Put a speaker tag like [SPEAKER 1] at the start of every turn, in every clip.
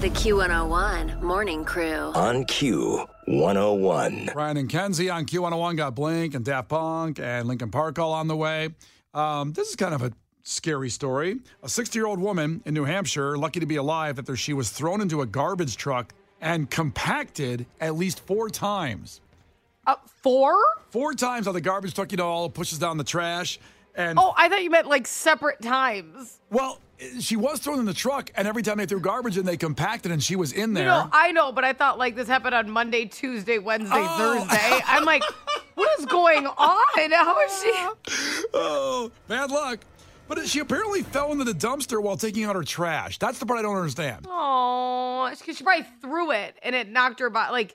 [SPEAKER 1] The Q101 Morning Crew.
[SPEAKER 2] On oh Q 101.
[SPEAKER 3] Ryan and Kenzie on Q101 got Blink and Daft Punk and Lincoln Park all on the way. Um, this is kind of a scary story. A 60 year old woman in New Hampshire, lucky to be alive after she was thrown into a garbage truck and compacted at least four times.
[SPEAKER 4] Uh, four?
[SPEAKER 3] Four times on the garbage truck, you know, all pushes down the trash. And
[SPEAKER 4] Oh, I thought you meant like separate times.
[SPEAKER 3] well, she was thrown in the truck, and every time they threw garbage in, they compacted, and she was in there.
[SPEAKER 4] You know, I know, but I thought like this happened on Monday, Tuesday, Wednesday,
[SPEAKER 3] Oh.
[SPEAKER 4] Thursday. I'm like, what is going on? How is she?
[SPEAKER 3] oh, bad luck. But she apparently fell into the dumpster while taking out her trash. That's the part I don't understand.
[SPEAKER 4] Oh, she, she probably threw it and it knocked her body. Like,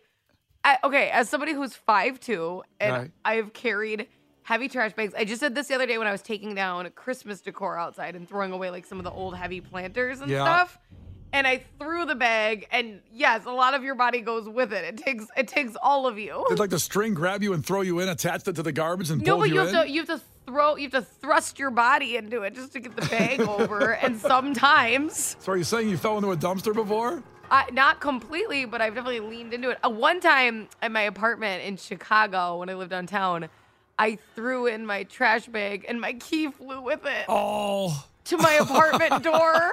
[SPEAKER 4] I, okay, as somebody who's five two, and
[SPEAKER 3] Right.
[SPEAKER 4] I've carried heavy trash bags. I just did this the other day when I was taking down Christmas decor outside and throwing away like some of the old heavy planters and
[SPEAKER 3] Yeah.
[SPEAKER 4] stuff. And I threw the bag, and yes, a lot of your body goes with it. It takes it takes all of you.
[SPEAKER 3] Did like the string grab you and throw you in, attached it to the garbage, and
[SPEAKER 4] No,
[SPEAKER 3] pulled
[SPEAKER 4] but
[SPEAKER 3] you,
[SPEAKER 4] you have
[SPEAKER 3] in?
[SPEAKER 4] to you have to throw you have to thrust your body into it just to get the bag over. And sometimes
[SPEAKER 3] So are you saying you fell into a dumpster before?
[SPEAKER 4] I, not completely, but I've definitely leaned into it. Uh, one time at my apartment in Chicago when I lived downtown, I threw in my trash bag and my key flew with it
[SPEAKER 3] Oh,
[SPEAKER 4] to my apartment door.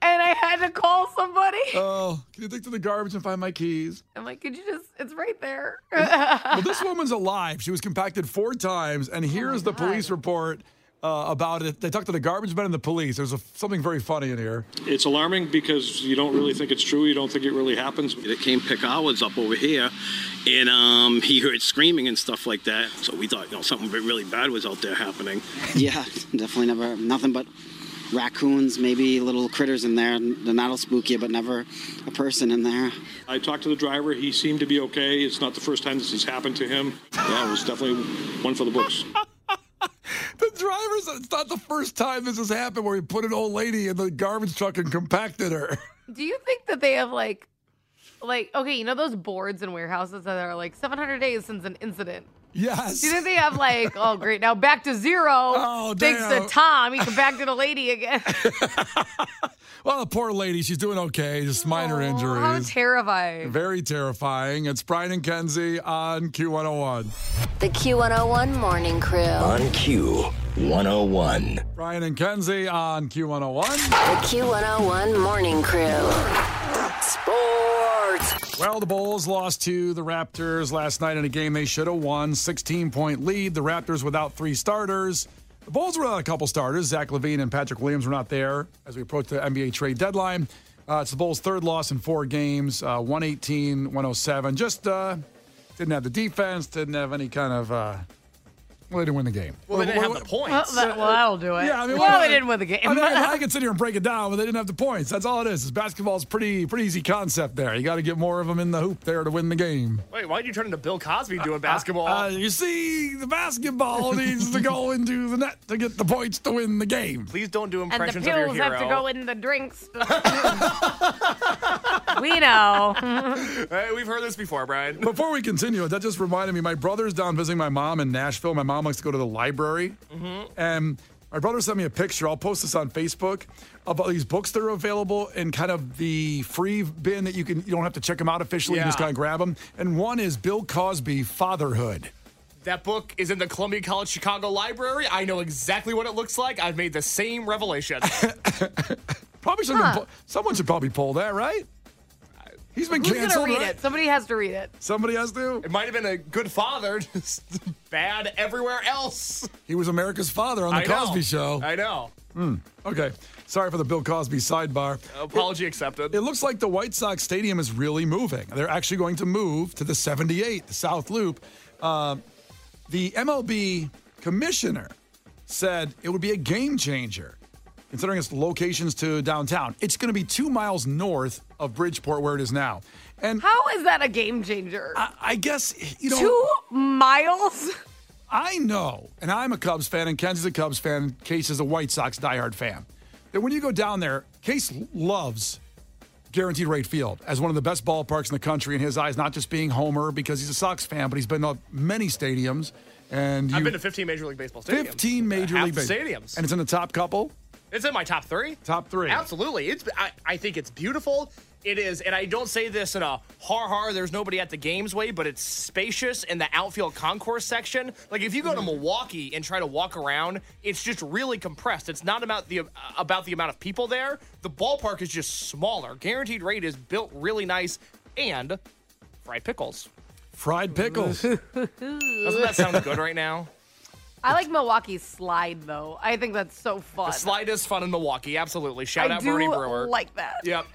[SPEAKER 4] And I had to call somebody.
[SPEAKER 3] oh! Can you dig through the garbage and find my keys?
[SPEAKER 4] I'm like, could you just, it's right there.
[SPEAKER 3] Well, this woman's alive. She was compacted four times,
[SPEAKER 4] Oh
[SPEAKER 3] and here's the police report uh, about it. They talked to the garbage men and the police. There's a, something very funny in here.
[SPEAKER 5] It's alarming because you don't really think it's true. You don't think it really happens.
[SPEAKER 6] It came pick ours up over here, and um, he heard screaming and stuff like that. So we thought, you know, something really bad was out there happening.
[SPEAKER 7] Yeah, definitely never nothing but raccoons, maybe little critters in there. They're not all spooky, but never a person in there.
[SPEAKER 5] I talked to the driver. He seemed to be okay. It's not the first time this has happened to him. Yeah, it was definitely one for the books.
[SPEAKER 3] The driver's, it's not the first time this has happened where he put an old lady in the garbage truck and compacted her.
[SPEAKER 4] Do you think that they have like, like, okay, you know those boards in warehouses that are like 700 days since an incident?
[SPEAKER 3] Yes.
[SPEAKER 4] Do you think they have like, oh great, now back to zero.
[SPEAKER 3] Oh,
[SPEAKER 4] thanks
[SPEAKER 3] damn.
[SPEAKER 4] to Tom, he can back to the lady again.
[SPEAKER 3] Well, the poor lady, she's doing okay, just minor
[SPEAKER 4] Oh, how
[SPEAKER 3] injuries.
[SPEAKER 4] terrifying.
[SPEAKER 3] Very terrifying. It's Brian and Kenzie on Q101.
[SPEAKER 1] The Q101 Morning Crew.
[SPEAKER 2] On oh Q 101.
[SPEAKER 3] Brian and Kenzie on Q101.
[SPEAKER 1] The Q101 Morning Crew. Sports.
[SPEAKER 3] Well, the Bulls lost to the Raptors last night in a game they should have won. 16 point lead. The Raptors without three starters. The Bulls were without a couple starters. Zach Levine and Patrick Williams were not there as we approach the NBA trade deadline. Uh, it's the Bulls' third loss in four games uh, 118, 107. Just uh, didn't have the defense, didn't have any kind of. Uh, well, they didn't win the game.
[SPEAKER 8] Well, they didn't
[SPEAKER 3] What-
[SPEAKER 8] have the
[SPEAKER 3] what-
[SPEAKER 4] Well,
[SPEAKER 8] points.
[SPEAKER 4] that, Oh, well, that'll do it.
[SPEAKER 3] Yeah, I mean,
[SPEAKER 4] well,
[SPEAKER 3] what-
[SPEAKER 4] they didn't win the game.
[SPEAKER 3] I mean, I, I can sit here and break it down, but they didn't have the points. That's all it is. It's basketball's pretty pretty easy concept there. You got to get more of them in the hoop there to win the game.
[SPEAKER 8] Wait, why'd you turn into Bill Cosby doing basketball?
[SPEAKER 3] Uh, you see, the basketball needs to go into the net to get the points to win the game.
[SPEAKER 8] Please don't do
[SPEAKER 4] and the
[SPEAKER 8] impressions of your
[SPEAKER 4] pills
[SPEAKER 8] hero.
[SPEAKER 4] have to go in the drinks. we know.
[SPEAKER 8] Hey, we've heard this before, Brian.
[SPEAKER 3] Before we continue, that just reminded me. My brother's down visiting my mom in Nashville. My mom likes to go to the library,
[SPEAKER 8] Mm-hmm.
[SPEAKER 3] and my brother sent me a picture. I'll post this on Facebook about these books that are available and kind of the free bin that you can. You don't have to check them out officially. You
[SPEAKER 8] Yeah.
[SPEAKER 3] just kind of grab them. And one is Bill Cosby Fatherhood.
[SPEAKER 8] That book is in the Columbia College Chicago Library. I know exactly what it looks like. I've made the same revelation.
[SPEAKER 3] Probably should have been po- someone should probably pull that right. He's been
[SPEAKER 4] Who's going to
[SPEAKER 3] canceled.
[SPEAKER 4] read
[SPEAKER 3] right?
[SPEAKER 4] it? Somebody has to read it.
[SPEAKER 3] Somebody has to.
[SPEAKER 8] it might have been a good father, just bad everywhere else.
[SPEAKER 3] He was America's father on the
[SPEAKER 8] I know.
[SPEAKER 3] Cosby Show.
[SPEAKER 8] I know.
[SPEAKER 3] okay, sorry for the Bill Cosby sidebar.
[SPEAKER 8] Apology accepted.
[SPEAKER 3] It looks like the White Sox stadium is really moving. They're actually going to move to the 78, the South Loop. Um, the MLB commissioner said it would be a game changer considering its locations to downtown. It's going to be two miles north of Bridgeport, where it is now. And
[SPEAKER 4] how is that a game changer?
[SPEAKER 3] I, I guess you know
[SPEAKER 4] two miles.
[SPEAKER 3] I know, and I'm a Cubs fan, and Ken's a Cubs fan. Case is a White Sox diehard fan. That when you go down there, Case loves Guaranteed Rate Field as one of the best ballparks in the country in his eyes. Not just being Homer because he's a Sox fan, but he's been to many stadiums. And
[SPEAKER 8] I've
[SPEAKER 3] you-
[SPEAKER 8] been to 15 Major League Baseball stadiums.
[SPEAKER 3] 15 major
[SPEAKER 8] Half
[SPEAKER 3] league
[SPEAKER 8] the
[SPEAKER 3] Baseball.
[SPEAKER 8] stadiums.
[SPEAKER 3] and it's in the top couple.
[SPEAKER 8] It's in my top three.
[SPEAKER 3] Top three.
[SPEAKER 8] Absolutely. It's. I, I think it's beautiful. It is, and I don't say this in a har har. There's nobody at the games way, but it's spacious in the outfield concourse section. Like if you go to Milwaukee and try to walk around, it's just really compressed. It's not about the uh, about the amount of people there. The ballpark is just smaller. Guaranteed rate is built really nice, and fried pickles.
[SPEAKER 3] Fried pickles.
[SPEAKER 8] Doesn't that sound good right now?
[SPEAKER 4] I like Milwaukee's slide though. I think that's so fun.
[SPEAKER 8] The slide is fun in Milwaukee. Absolutely. Shout
[SPEAKER 4] I
[SPEAKER 8] out
[SPEAKER 4] do
[SPEAKER 8] Bernie Brewer.
[SPEAKER 4] like that.
[SPEAKER 8] Yep.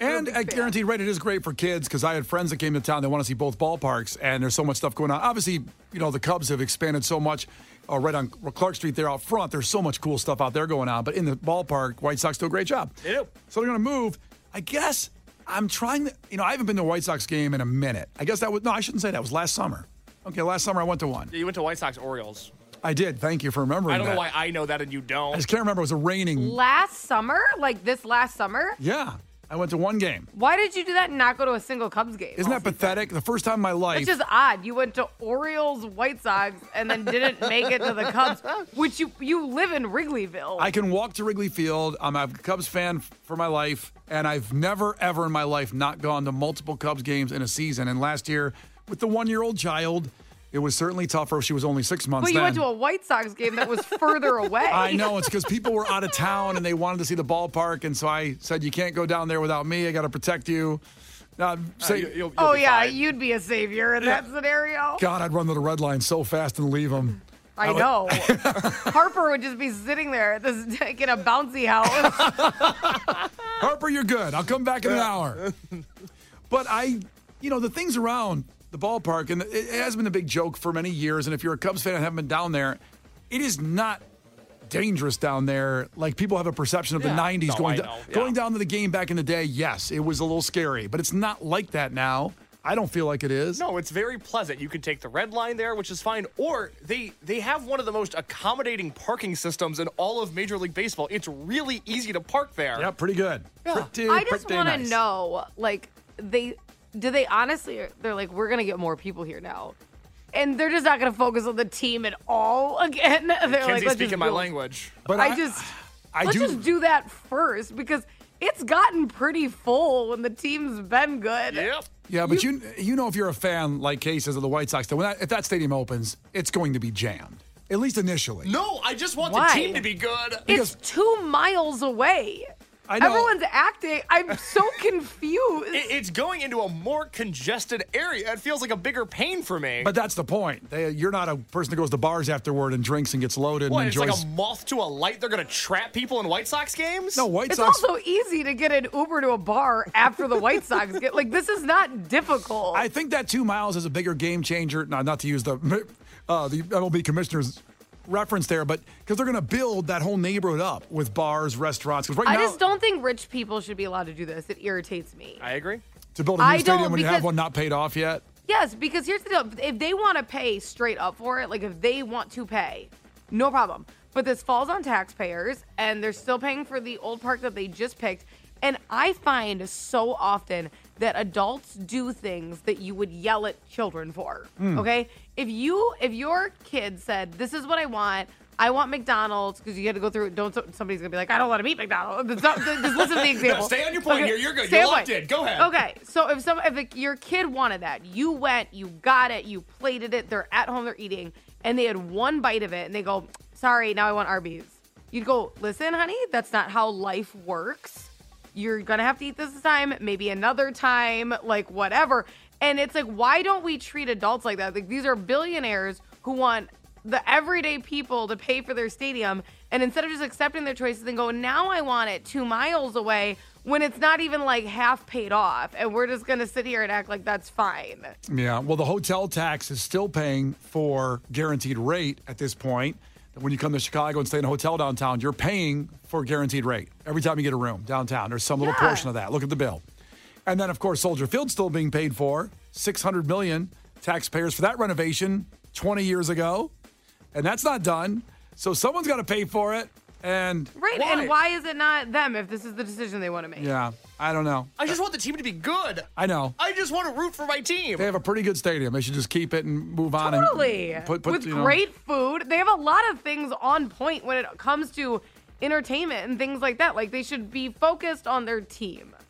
[SPEAKER 3] And at Guaranteed Rate, it is great for kids because I had friends that came to town. They want to see both ballparks, and there's so much stuff going on. Obviously, you know the Cubs have expanded so much. Uh, right on Clark Street there out front, there's so much cool stuff out there going on. But in the ballpark, White Sox do a great job.
[SPEAKER 8] They do.
[SPEAKER 3] So they're going to move. I guess I'm trying to. You know, I haven't been to a White Sox game in a minute. I guess that was no. I shouldn't say that. It was last summer. Okay, last summer I went to one.
[SPEAKER 8] You went to White Sox Orioles.
[SPEAKER 3] I did. Thank you for remembering.
[SPEAKER 8] I don't
[SPEAKER 3] that.
[SPEAKER 8] know why I know that and you don't.
[SPEAKER 3] I just can't remember. It was a raining.
[SPEAKER 4] Last summer, like this last summer,
[SPEAKER 3] Yeah, I went to one game.
[SPEAKER 4] why did you do that and not go to a single Cubs game?
[SPEAKER 3] Isn't that pathetic? The first time in my life.
[SPEAKER 4] Which is odd. You went to Orioles, White Sox, and then didn't make it to the Cubs, which you you live in Wrigleyville.
[SPEAKER 3] I can walk to Wrigley Field. I'm a Cubs fan f- for my life, and I've never, ever in my life not gone to multiple Cubs games in a season. And last year, with the one year old child, it was certainly tougher. She was only six months.
[SPEAKER 4] but you
[SPEAKER 3] then.
[SPEAKER 4] went to a White Sox game that was further away.
[SPEAKER 3] I know it's because people were out of town and they wanted to see the ballpark, and so I said, "You can't go down there without me. I got to protect you." Now,
[SPEAKER 8] Uh,
[SPEAKER 3] say,
[SPEAKER 4] Oh yeah, you'd be a savior in that scenario.
[SPEAKER 3] God, I'd run to the red line so fast and leave them.
[SPEAKER 4] I know. Harper would just be sitting there at this like, in a bouncy house.
[SPEAKER 3] Harper, you're good. I'll come back in an hour. But I, you know, the things around the ballpark, and it has been a big joke for many years. And if you're a Cubs fan and haven't been down there, it is not dangerous down there. Like people have a perception of the
[SPEAKER 8] Yeah.
[SPEAKER 3] 90s
[SPEAKER 8] No,
[SPEAKER 3] going,
[SPEAKER 8] I
[SPEAKER 3] do-
[SPEAKER 8] know. Yeah.
[SPEAKER 3] going down to the game back in the day. Yes, it was a little scary, but it's not like that now. I don't feel like it is.
[SPEAKER 8] No, it's very pleasant. You can take the red line there, which is fine. Or they they have one of the most accommodating parking systems in all of Major League Baseball. It's really easy to park there.
[SPEAKER 3] Yeah, pretty good. Pretty,
[SPEAKER 4] I just
[SPEAKER 3] pretty
[SPEAKER 4] want to
[SPEAKER 3] nice.
[SPEAKER 4] know, like, they do they honestly? They're like, we're gonna get more people here now, and they're just not gonna focus on the team at all again. They're like,
[SPEAKER 8] Kenzie
[SPEAKER 4] "Let's just
[SPEAKER 8] speaking my
[SPEAKER 4] build."
[SPEAKER 8] language.
[SPEAKER 3] But
[SPEAKER 4] I just
[SPEAKER 3] I
[SPEAKER 4] let's
[SPEAKER 3] do-
[SPEAKER 4] just do that first because it's gotten pretty full when the team's been good.
[SPEAKER 8] Yep.
[SPEAKER 3] Yeah, but you you know if you're a fan like Kay says of the White Sox, that when that, if that stadium opens, it's going to be jammed. At least initially.
[SPEAKER 8] No, I just want
[SPEAKER 4] Why?
[SPEAKER 8] the team to be good.
[SPEAKER 4] It's two miles away.
[SPEAKER 3] I know.
[SPEAKER 4] Everyone's acting. I'm so confused.
[SPEAKER 8] It- it's going into a more congested area. It feels like a bigger pain for me.
[SPEAKER 3] But that's the point. They, you're not a person that goes to bars afterward and drinks and gets loaded
[SPEAKER 8] what,
[SPEAKER 3] and
[SPEAKER 8] it's
[SPEAKER 3] enjoys.
[SPEAKER 8] like a moth to a light. They're gonna trap people in White Sox games.
[SPEAKER 3] no, White
[SPEAKER 4] it's
[SPEAKER 3] Sox.
[SPEAKER 4] also easy to get an Uber to a bar after the White Sox get like this is not difficult.
[SPEAKER 3] I think that two miles is a bigger game changer. Not not to use the uh, the MLB commissioner's reference there, but because they're going to build that whole neighborhood up with bars, restaurants. Because right
[SPEAKER 4] I
[SPEAKER 3] now,
[SPEAKER 4] just don't think rich people should be allowed to do this. It irritates me.
[SPEAKER 8] I agree.
[SPEAKER 3] to build a new
[SPEAKER 4] I don't,
[SPEAKER 3] stadium when you have
[SPEAKER 4] because-
[SPEAKER 3] one not paid off yet.
[SPEAKER 4] Yes, because here's the deal. If they want to pay straight up for it, like if they want to pay, no problem. But this falls on taxpayers and they're still paying for the old park that they just picked. And I find so often that adults do things that you would yell at children for.
[SPEAKER 8] Hmm.
[SPEAKER 4] Okay? If you if your kid said, "This is what I want. I want McDonald's" because you had to go through don't somebody's going to be like, "I don't want to eat McDonald's." It's not- Just listen to the example.
[SPEAKER 8] stay on your point here. You're good.
[SPEAKER 4] stay
[SPEAKER 8] You're
[SPEAKER 4] on
[SPEAKER 8] locked
[SPEAKER 4] point.
[SPEAKER 8] in. Go ahead.
[SPEAKER 4] Okay. Okay, so if some if your kid wanted that, you went, you got it, you plated it. They're at home, they're eating, and they had one bite of it, and they go, "Sorry, now I want Arby's." You'd go, "Listen, honey, that's not how life works. You're gonna have to eat this time, maybe another time, like whatever." And it's like, why don't we treat adults like that? Like these are billionaires who want the everyday people to pay for their stadium and instead of just accepting their choices and go now i want it two miles away when it's not even like half paid off and we're just gonna sit here and act like that's fine
[SPEAKER 3] Yeah. Well, the hotel tax is still paying for guaranteed rate at this point. when you come to Chicago and stay in a hotel downtown, you're paying for a guaranteed rate every time you get a room downtown. There's some little
[SPEAKER 4] Yeah.
[SPEAKER 3] portion of that. Look at the bill. And then, of course, Soldier Field still being paid for six hundred million taxpayers for that renovation twenty years ago, and that's not done. So someone's got to pay for it. And
[SPEAKER 4] Right. And why is it not them if this is the decision they want to make?
[SPEAKER 3] Yeah, I don't know.
[SPEAKER 8] I just want the team to be good.
[SPEAKER 3] I know.
[SPEAKER 8] I just want to root for my team.
[SPEAKER 3] They have a pretty good stadium. They should just keep it and move on. and
[SPEAKER 4] Totally.
[SPEAKER 3] put- put,
[SPEAKER 4] With
[SPEAKER 3] you know-
[SPEAKER 4] great food. They have a lot of things on point when it comes to entertainment and things like that. Like they should be focused on their team.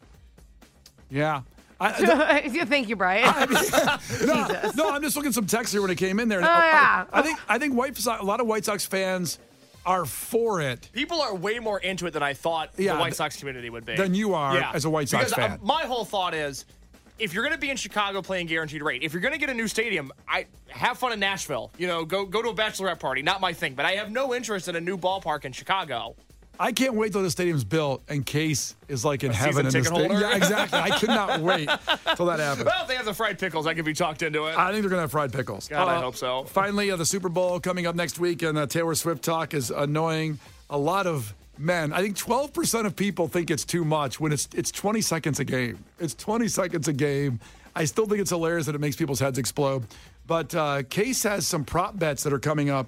[SPEAKER 3] Yeah. I,
[SPEAKER 4] Yeah, Thank you, Brian.
[SPEAKER 3] no, no, I'm just looking at some text here when it came in there.
[SPEAKER 4] Oh, yeah.
[SPEAKER 3] I, I think I think White Sox, a lot of White Sox fans are for it.
[SPEAKER 8] People are way more into it than I thought
[SPEAKER 3] Yeah,
[SPEAKER 8] the
[SPEAKER 3] th-
[SPEAKER 8] White Sox community would be.
[SPEAKER 3] than you are as a White Sox
[SPEAKER 8] Because, uh,
[SPEAKER 3] fan.
[SPEAKER 8] my whole thought is, if you're going to be in Chicago playing guaranteed rate, if you're going to get a new stadium, I have fun in Nashville. You know, go go to a bachelorette party. Not my thing, but I have no interest in a new ballpark in Chicago.
[SPEAKER 3] I can't wait till the stadium's built and Case is like in
[SPEAKER 8] A season
[SPEAKER 3] heaven in this
[SPEAKER 8] ticket
[SPEAKER 3] thing.
[SPEAKER 8] holder?
[SPEAKER 3] Yeah, exactly. I could not wait till that happens.
[SPEAKER 8] Well, if they have the fried pickles, I could be talked into it.
[SPEAKER 3] I think they're gonna have fried pickles.
[SPEAKER 8] God, I
[SPEAKER 3] Uh,
[SPEAKER 8] hope so.
[SPEAKER 3] Finally, uh, the Super Bowl coming up next week, and uh, Taylor Swift talk is annoying a lot of men. I think 12% of people think it's too much when it's it's 20 seconds a game. It's 20 seconds a game. I still think it's hilarious that it makes people's heads explode. But uh, Case has some prop bets that are coming up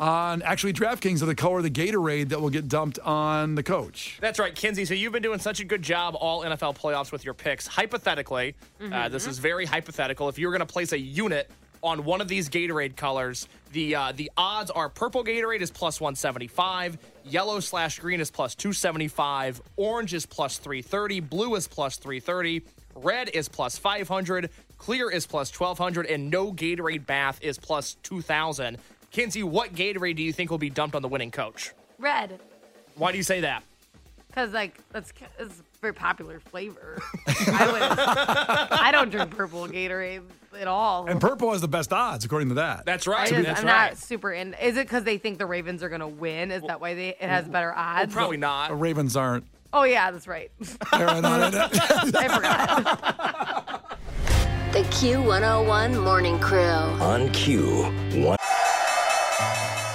[SPEAKER 3] on actually DraftKings of the color of the Gatorade that will get dumped on the coach.
[SPEAKER 8] That's right, Kinsey. So you've been doing such a good job all NFL playoffs with your picks. Hypothetically, uh, this is very hypothetical. If you were going to place a unit on one of these Gatorade colors, the uh, the odds are purple Gatorade is plus 175, yellow slash green is plus 275, orange is plus 330, blue is plus 330, red is plus 500, clear is plus 1200, and no Gatorade bath is plus 2000. Kinsey, what Gatorade do you think will be dumped on the winning coach?
[SPEAKER 4] Red.
[SPEAKER 8] Why do you say that?
[SPEAKER 4] Because like that's it's a very popular flavor. I would. I don't drink purple Gatorade at all.
[SPEAKER 3] And purple has the best odds, according to that.
[SPEAKER 8] That's
[SPEAKER 4] I
[SPEAKER 8] right.
[SPEAKER 4] just,
[SPEAKER 8] That's
[SPEAKER 4] I'm
[SPEAKER 8] right.
[SPEAKER 4] not super in. Is it because they think the Ravens are gonna win? Is that why they it has better odds?
[SPEAKER 8] Probably not.
[SPEAKER 3] The Ravens aren't.
[SPEAKER 4] Oh yeah, that's right.
[SPEAKER 3] They're not in it.
[SPEAKER 4] I forgot.
[SPEAKER 1] The Q101 Morning Crew.
[SPEAKER 2] On Q, one. oh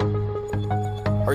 [SPEAKER 9] Are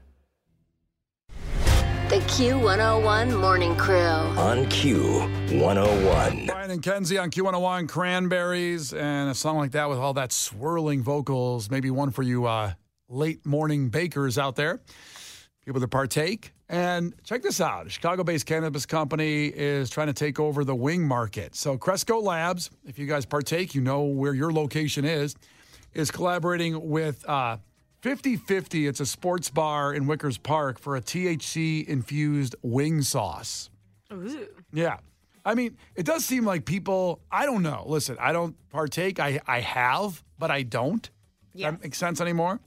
[SPEAKER 1] The Q101 Morning Crew.
[SPEAKER 2] On Q, 101.
[SPEAKER 3] Brian and Kenzie on Q101 Cranberries and a song like that with all that swirling vocals. Maybe one for you uh, late morning bakers out there, people that partake. And check this out a Chicago based cannabis company is trying to take over the wing market. So, Cresco Labs, if you guys partake, you know where your location is, is collaborating with uh, 50 50. It's a sports bar in Wickers Park for a THC infused wing sauce. Yeah. I mean, it does seem like people, I don't know. Listen, I don't partake. I, I have, but I don't. Does That makes sense anymore.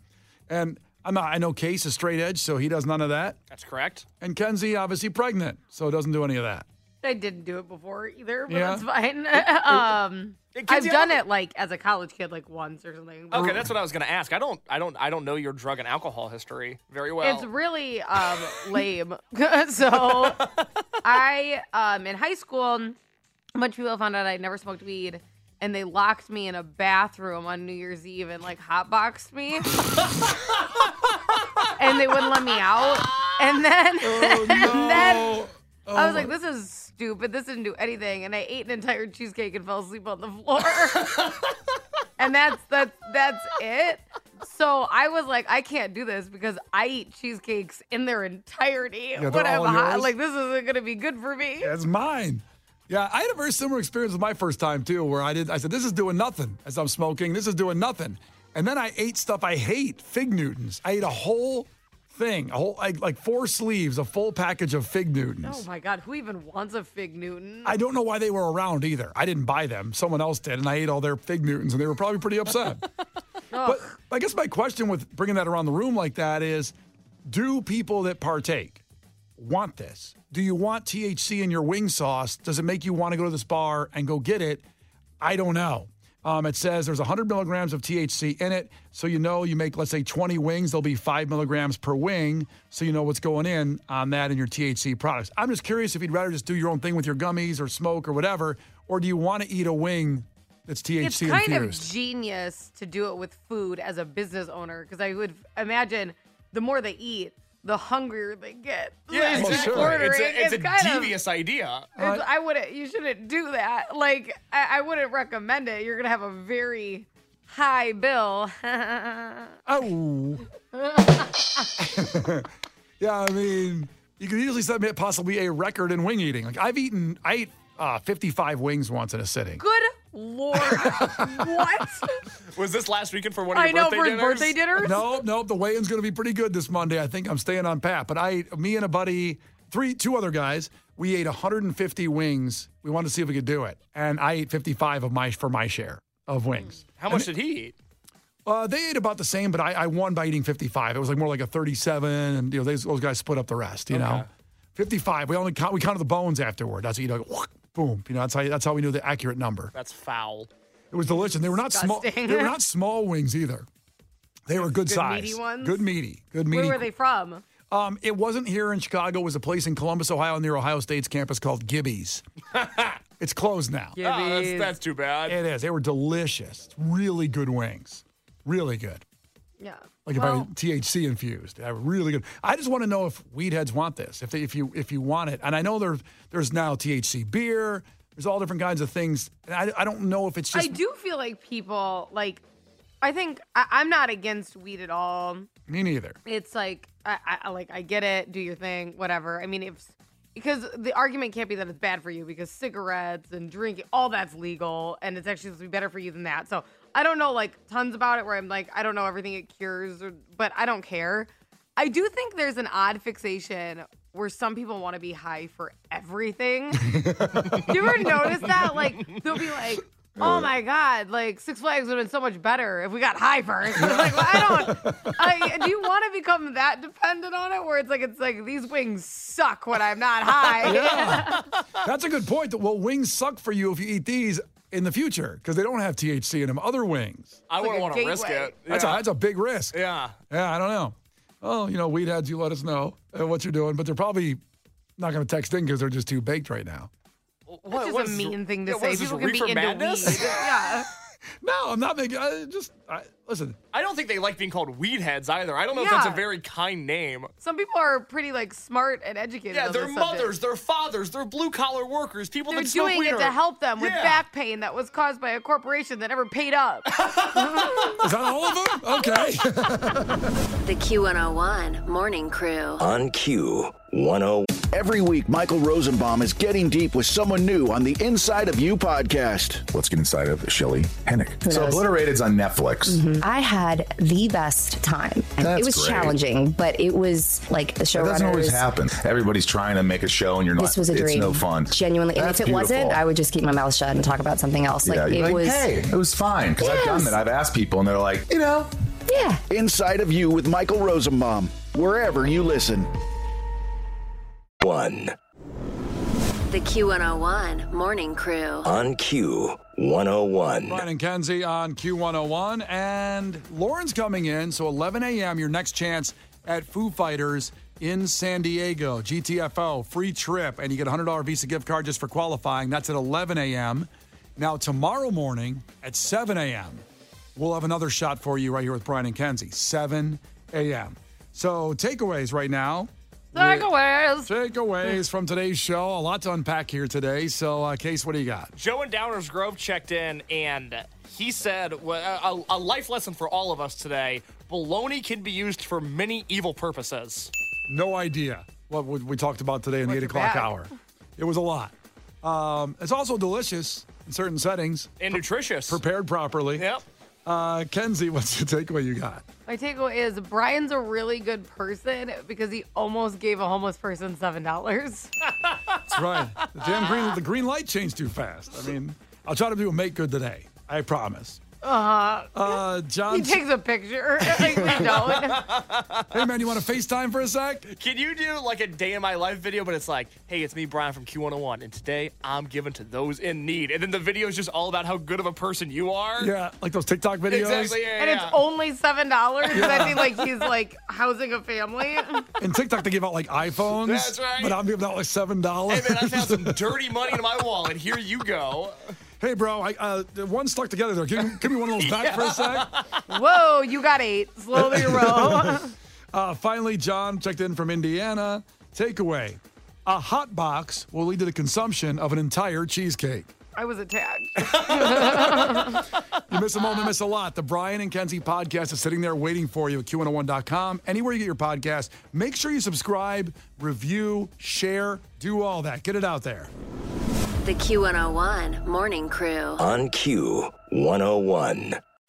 [SPEAKER 3] And I'm not, I know Case is straight edge, so he does none of that.
[SPEAKER 8] That's correct.
[SPEAKER 3] And Kenzie, obviously pregnant, so doesn't do any of that.
[SPEAKER 4] I didn't do it before either, but
[SPEAKER 3] Yeah.
[SPEAKER 4] that's fine. um,
[SPEAKER 8] It
[SPEAKER 4] I've
[SPEAKER 8] gives you-
[SPEAKER 4] done it like as a college kid, like once or something.
[SPEAKER 8] Okay, that's what I was gonna ask. I don't, I don't, I don't know your drug and alcohol history very well.
[SPEAKER 4] It's really um, lame. so I, um, in high school, a bunch of people found out I never smoked weed, and they locked me in a bathroom on New Year's Eve and like hotboxed me, and they wouldn't let me out. And then, and then I
[SPEAKER 8] Oh.
[SPEAKER 4] was like, "This is stupid. This didn't do anything." And I ate an entire cheesecake and fell asleep on the floor. and that's that's that's it. So I was like, I can't do this because I eat cheesecakes in their entirety
[SPEAKER 3] they're
[SPEAKER 4] when I'm
[SPEAKER 3] all
[SPEAKER 4] hot.
[SPEAKER 3] yours?
[SPEAKER 4] Like this isn't gonna be good for me.
[SPEAKER 3] That's mine. Yeah, I had a very similar experience with my first time too, where I did. I said, "This is doing nothing." As I'm smoking, this is doing nothing. And then I ate stuff I hate, fig Newtons. I ate a whole thing, a whole like, like four sleeves, a full package of fig Newtons.
[SPEAKER 4] Oh my god, who even wants a fig Newton?
[SPEAKER 3] I don't know why they were around either. I didn't buy them; someone else did, and I ate all their fig Newtons, and they were probably pretty upset.
[SPEAKER 4] Ugh.
[SPEAKER 3] I guess my question with bringing that around the room like that is do people that partake want this? Do you want THC in your wing sauce? Does it make you want to go to this bar and go get it? I don't know. Um, it says there's 100 milligrams of THC in it. So you know you make, let's say, 20 wings, there'll be five milligrams per wing. So you know what's going in on that in your THC products. I'm just curious if you'd rather just do your own thing with your gummies or smoke or whatever, or do you want to eat a wing that's THC
[SPEAKER 4] it's kind
[SPEAKER 3] infused?
[SPEAKER 4] of genius to do it with food as a business owner because I would imagine the more they eat, the hungrier they get.
[SPEAKER 8] Yeah,
[SPEAKER 4] Like,
[SPEAKER 8] exactly.
[SPEAKER 4] ordering,
[SPEAKER 8] It's a, it's a
[SPEAKER 4] kind of-
[SPEAKER 8] devious idea.
[SPEAKER 4] It's- I wouldn't. You shouldn't do that. Like I, I wouldn't recommend it. You're gonna have a very high bill.
[SPEAKER 3] oh. yeah, I mean, you could easily submit possibly a record in wing eating. Like I've eaten, I ate uh, 55 wings once in a sitting.
[SPEAKER 4] Good lord, what?
[SPEAKER 8] Was this last weekend for one of
[SPEAKER 4] I
[SPEAKER 8] your
[SPEAKER 4] know
[SPEAKER 8] birthday
[SPEAKER 4] for
[SPEAKER 8] dinners?
[SPEAKER 4] birthday dinners.
[SPEAKER 3] Nope, nope. The weigh-in's going to be pretty good this Monday. I think I'm staying on pat. But I, me and a buddy, three, two other guys, we ate 150 wings. We wanted to see if we could do it, and I ate 55 of my for my share of wings.
[SPEAKER 8] How much did he eat?
[SPEAKER 3] Uh, they ate about the same, but I, I won by eating 55. It was like more like a 37, and you know those, those guys split up the rest. You know, 55. We only count, we counted the bones afterward. That's what you know, whack, boom. You know, that's how that's how we knew the accurate number.
[SPEAKER 8] That's foul.
[SPEAKER 3] It was delicious. They were not small. They
[SPEAKER 4] Disgusting.
[SPEAKER 3] were not small wings either. They were good,
[SPEAKER 4] Good
[SPEAKER 3] size.
[SPEAKER 4] meaty ones?
[SPEAKER 3] Good meaty. Good meaty.
[SPEAKER 4] Where were they from?
[SPEAKER 3] Um, it wasn't here in Chicago. It was a place in Columbus, Ohio, near Ohio State's campus called Gibby's. it's closed now.
[SPEAKER 8] Ah, that's, that's too bad.
[SPEAKER 3] It is. They were delicious. Really good wings. Really good.
[SPEAKER 4] Yeah.
[SPEAKER 3] Like if I
[SPEAKER 4] well,
[SPEAKER 3] was THC infused, Uh, really good. I just want to know if weed heads want this. If they, if you if you want it, and I know there's there's now THC beer. There's all different kinds of things. And I, I don't know if it's just
[SPEAKER 4] I do feel like people like. I think I, I'm not against weed at all.
[SPEAKER 3] me neither.
[SPEAKER 4] It's like I, I I- like I get it. Do your thing, whatever. I mean, if because the argument can't be that it's bad for you because cigarettes and drinking all that's legal and it's actually supposed to be better for you than that. So I don't know like tons about it where I'm like I don't know everything it cures, or, but I don't care. I do think there's an odd fixation where some people want to be high for everything. you ever notice that? Like they'll be like, "Oh my god, like Six Flags would have been so much better if we got high first. like well, I don't. I, do you want to become that dependent on it? Where it's like it's like these wings suck when I'm not high.
[SPEAKER 3] Yeah. That's a good point. That well, wings suck for you if you eat these in the future because they don't have THC in them. Other wings.
[SPEAKER 8] I
[SPEAKER 4] like
[SPEAKER 8] wouldn't
[SPEAKER 4] a
[SPEAKER 8] want to risk
[SPEAKER 4] gateway.
[SPEAKER 8] it.
[SPEAKER 3] That's a
[SPEAKER 8] Yeah.
[SPEAKER 3] that's a big risk.
[SPEAKER 8] yeah.
[SPEAKER 3] Yeah, I don't know. Oh, you know, weed heads, you let us know uh, what you're doing, but they're probably not going to text in because they're just too baked right now.
[SPEAKER 8] What-
[SPEAKER 4] It's
[SPEAKER 8] what
[SPEAKER 4] just a
[SPEAKER 8] is-
[SPEAKER 4] mean thing to
[SPEAKER 8] yeah, what
[SPEAKER 4] say.
[SPEAKER 8] is this,
[SPEAKER 4] People can be
[SPEAKER 8] reefer
[SPEAKER 4] into
[SPEAKER 8] madness?
[SPEAKER 4] weed. yeah.
[SPEAKER 3] No, I'm not making. I just I, listen.
[SPEAKER 8] I don't think they like being called weed heads either. I don't know if that's a
[SPEAKER 4] Yeah.
[SPEAKER 8] very kind name.
[SPEAKER 4] Some people are pretty like smart and educated.
[SPEAKER 8] Yeah,
[SPEAKER 4] on
[SPEAKER 8] they're
[SPEAKER 4] this subject.
[SPEAKER 8] mothers, they're fathers, they're blue collar workers, people
[SPEAKER 4] They're
[SPEAKER 8] that smoke
[SPEAKER 4] doing
[SPEAKER 8] weed
[SPEAKER 4] it
[SPEAKER 8] are-
[SPEAKER 4] to help them with
[SPEAKER 8] Yeah.
[SPEAKER 4] back pain that was caused by a corporation that never paid up.
[SPEAKER 3] Is that all of them? Okay.
[SPEAKER 1] The Q101 Morning Crew.
[SPEAKER 2] On Q 101.
[SPEAKER 9] Every week, Michael Rosenbaum is getting deep with someone new on the Inside of You podcast.
[SPEAKER 10] Let's get inside of Shelly Hennick. So, Obliterated's on Netflix.
[SPEAKER 11] I had the best time.
[SPEAKER 10] That's
[SPEAKER 11] it was
[SPEAKER 10] great.
[SPEAKER 11] challenging, but it was like the
[SPEAKER 10] That doesn't always
[SPEAKER 11] showrunners.
[SPEAKER 10] happen. Everybody's trying to make a show, and you're
[SPEAKER 11] This
[SPEAKER 10] not.
[SPEAKER 11] was a dream.
[SPEAKER 10] It's no fun.
[SPEAKER 11] Genuinely, and
[SPEAKER 10] That's
[SPEAKER 11] if it wasn't,
[SPEAKER 10] beautiful.
[SPEAKER 11] I would just keep my mouth shut and talk about something else.
[SPEAKER 10] yeah,
[SPEAKER 11] Like
[SPEAKER 10] you're
[SPEAKER 11] it was.
[SPEAKER 10] hey, it was fine because I've done
[SPEAKER 11] Yes.
[SPEAKER 10] that. I've asked people, and they're like, you know,
[SPEAKER 11] Yeah.
[SPEAKER 9] Inside of You with Michael Rosenbaum, wherever you listen.
[SPEAKER 2] 1.
[SPEAKER 1] The Q101 Morning Crew.
[SPEAKER 2] On Q 101.
[SPEAKER 3] Brian and Kenzie on Q101, and Lauren's coming in. So 11 a.m. Your next chance at Foo Fighters in San Diego, GTFO, free trip, and you get a hundred dollar Visa gift card just for qualifying. That's at 11 a.m. Now tomorrow morning at 7 a.m. We'll have another shot for you right here with Brian and Kenzie. 7 a.m. So takeaways right now.
[SPEAKER 4] Takeaways.
[SPEAKER 3] Takeaways from today's show. A lot to unpack here today. So, uh, Case, what do you got?
[SPEAKER 8] Joe in Downers Grove checked in and he said well, a, a life lesson for all of us today baloney can be used for many evil purposes.
[SPEAKER 3] No idea what we we talked about today in the 8 o'clock
[SPEAKER 8] back.
[SPEAKER 3] hour. It was a lot. Um, it's also delicious in certain settings.
[SPEAKER 8] And nutritious.
[SPEAKER 3] Prepared properly.
[SPEAKER 8] Yep.
[SPEAKER 3] Uh, Kenzie, what's the takeaway you got?
[SPEAKER 4] My takeaway is Brian's a really good person because he almost gave a homeless person seven dollars.
[SPEAKER 3] That's right. The damn green, the green light changed too fast. I mean, I'll try to do a make good today. I promise.
[SPEAKER 8] Uh-huh.
[SPEAKER 4] Uh,
[SPEAKER 3] Uh, John,
[SPEAKER 4] he takes a picture. Like, we don't.
[SPEAKER 3] hey man, you want to FaceTime for a sec?
[SPEAKER 8] Can you do like a day in my life video, but it's like, hey, it's me, Brian from Q101, and today I'm giving to those in need. And then the video is just all about how good of a person you are.
[SPEAKER 3] Yeah, like those TikTok videos.
[SPEAKER 8] Exactly, yeah,
[SPEAKER 4] and it's
[SPEAKER 8] yeah.
[SPEAKER 4] only seven dollars. I think like he's like housing a family.
[SPEAKER 3] In TikTok, they give out like iPhones.
[SPEAKER 8] That's right.
[SPEAKER 3] But I'm giving out like seven dollars.
[SPEAKER 8] Hey, man, I found some dirty money in my wallet. Here you go.
[SPEAKER 3] Hey, bro, I, uh, the one's stuck together there. Give, me- give me one of those back for a sec.
[SPEAKER 4] Whoa, you got eight. Slowly roll.
[SPEAKER 3] Uh, finally, John checked in from Indiana. Takeaway: A hot box will lead to the consumption of an entire cheesecake.
[SPEAKER 4] I was attacked.
[SPEAKER 3] You miss a moment, miss a lot. The Brian and Kenzie podcast is sitting there waiting for you at Q101.com. Anywhere you get your podcast, make sure you subscribe, review, share, do all that. Get it out there.
[SPEAKER 1] The Q101 Morning Crew.
[SPEAKER 2] On Q 101.